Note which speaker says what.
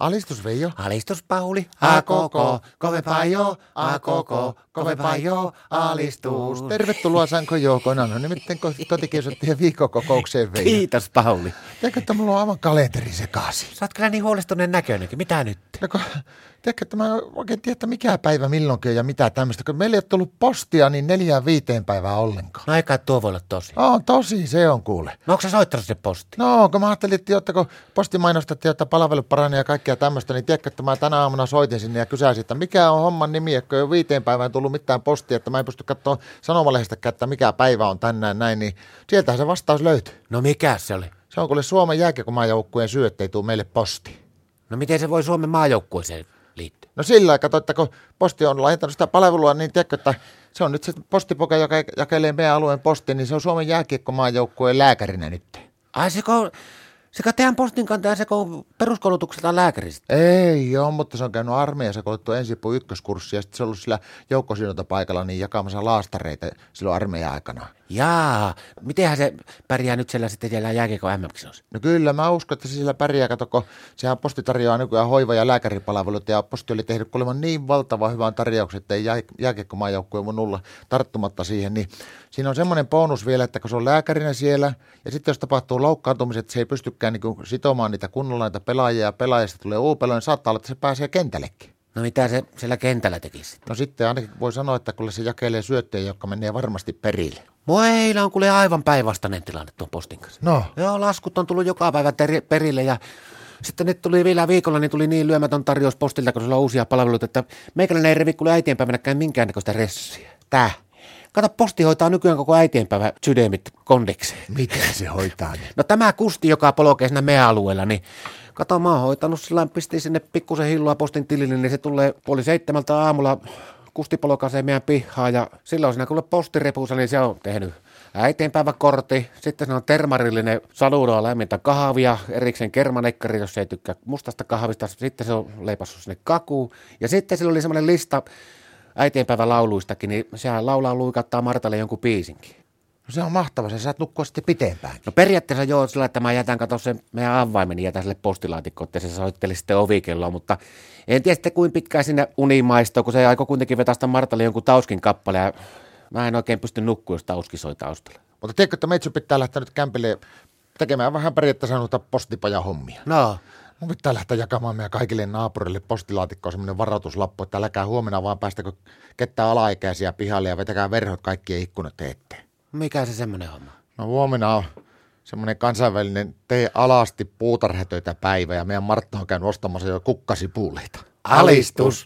Speaker 1: Alistus Veijo.
Speaker 2: Alistus Pauli,
Speaker 1: A koko, kovempaa jo, a koko, kovempaa jo, alistus. Tervetuloa Sanko Joukona, no nimittäin ko- kotikiusattien viikkokokoukseen Veijo.
Speaker 2: Kiitos Pauli.
Speaker 1: Tiedätkö, että mulla on aivan kalenteri sekaisin.
Speaker 2: Sä oot kyllä niin huolestuneen näköinenkin, mitä nyt?
Speaker 1: No kun, tiedätkö, että mä en oikein tiedä, että mikä päivä milloinkin on ja mitä tämmöistä, kun meillä ei ole tullut postia niin neljään viiteen päivää ollenkaan.
Speaker 2: No eikä tuo voi olla tosi.
Speaker 1: On, tosi se on kuule.
Speaker 2: No onko sä soittanut sinne postiin?
Speaker 1: No, kun mä ajattelin, että jotta kun postimainostatte, jotta palvelu paranee ja kaikkea tämmöistä, niin tiedätkö, että mä tänä aamuna soitin sinne ja kysäsin, että mikä on homman nimi, että kun ei ole viiteen päivään tullut mitään postia, että mä en pysty katsoa sanomalehdestäkään, että mikä päivä on tänään näin, niin sieltähän se vastaus löytyy.
Speaker 2: No mikä se oli?
Speaker 1: Se on kuule Suomen jääkiekomaajoukkueen syy, ettei tule meille posti.
Speaker 2: No miten se voi Suomen maajoukkueeseen liittyä?
Speaker 1: No sillä aikaa, kato, että kun posti on laajentanut sitä palvelua, niin tiedätkö, että se on nyt se postipoka, joka jakelee meidän alueen posti, niin se on Suomen jääkiekkomaajoukkueen lääkärinä nyt.
Speaker 2: Ai seko, sekä teidän postin kantaa seko peruskoulutukselta lääkäristä.
Speaker 1: Ei joo, mutta se on käynyt armeijassa kouluttu ensipu ykköskurssi ja sitten se on ollut sillä joukkosidontapaikalla niin jakamassa laastareita silloin armeijan aikana.
Speaker 2: Jaa, mitenhän se pärjää nyt siellä sitten siellä jääkiekon MM-kisossa?
Speaker 1: No kyllä, mä uskon, että se sillä pärjää, kato, kun sehän posti tarjoaa nykyään hoiva- ja lääkäripalvelut ja posti oli tehnyt kuulemma niin valtavan hyvän tarjouksen, että ei jää, jääkiekkomaajoukkue mun olla tarttumatta siihen, niin siinä on semmoinen bonus vielä, että kun se on lääkärinä siellä ja sitten jos tapahtuu loukkaantumiset, että se ei pystykään niin sitomaan niitä kunnolla niitä pelaajia ja pelaajista tulee uupelo, niin saattaa olla, että se pääsee kentällekin.
Speaker 2: No mitä se siellä kentällä tekisi?
Speaker 1: No sitten ainakin voi sanoa, että kyllä se jakelee syöttöjä, jotka menee varmasti perille.
Speaker 2: Meillä on kuule aivan päinvastainen tilanne tuon postin kanssa.
Speaker 1: No,
Speaker 2: Joo, laskut on tullut joka päivä teri- perille ja sitten nyt tuli vielä viikolla, niin tuli niin lyömätön tarjous postilta, kun sillä on uusia palveluita, että meikäläinen ei revi kuule äitienpäivänäkään minkäännäköistä ressiä. Tää. Kato, posti hoitaa nykyään koko äitienpäivä sydämit kondikseen.
Speaker 1: miten se hoitaa ne?
Speaker 2: No tämä kusti, joka polkee siinä meidän alueella, niin kato, mä oon hoitanut sillä lailla, pistin sinne pikkusen hilloa postin tilille, niin se tulee puoli seitsemältä aamulla kusti polkaisee meidän pihaa ja silloin siinä kuule postirepuussa, niin se on tehnyt äitienpäiväkortti, sitten siinä on termarillinen saludoa lämmintä kahvia, erikseen kermanekkari, jos ei tykkää mustasta kahvista, sitten se on leipassut sinne kakuun, ja sitten sillä oli semmoinen lista äitienpäivälauluistakin, niin sehän laulaa luikattaa Martalle jonkun biisinkin.
Speaker 1: No se on mahtava, sä saat nukkua sitten pitempään.
Speaker 2: No periaatteessa joo, sillä että mä jätän, kato sen meidän avaimen, niin jätän sille postilaatikkoon, että se soitteli sitten ovikelloa, mutta en tiedä sitten kuinka pitkään sinne unimaistoo, kun se aikoi kuitenkin vetää sitä Martalle jonkun Tauskin kappale ja mä en oikein pysty nukkua, jos Tauski soi taustalla.
Speaker 1: Mutta tiedätkö, että Metsu pitää lähteä nyt kämpille tekemään vähän periaatteessa noita postipajahommia.
Speaker 2: No,
Speaker 1: Mun pitää lähteä jakamaan meidän kaikille naapurille postilaatikkoon semmoinen varoituslappu, että älkää huomenna vaan päästäkö ketään alaikäisiä pihalle ja vetäkää verhot kaikkien ikkunat eteen.
Speaker 2: mikä se semmoinen homma?
Speaker 1: No huomenna on semmoinen kansainvälinen tee alasti puutarhatöitä päivä ja meidän Martta on käynyt ostamassa jo kukkasipuuleita.
Speaker 2: Alistus.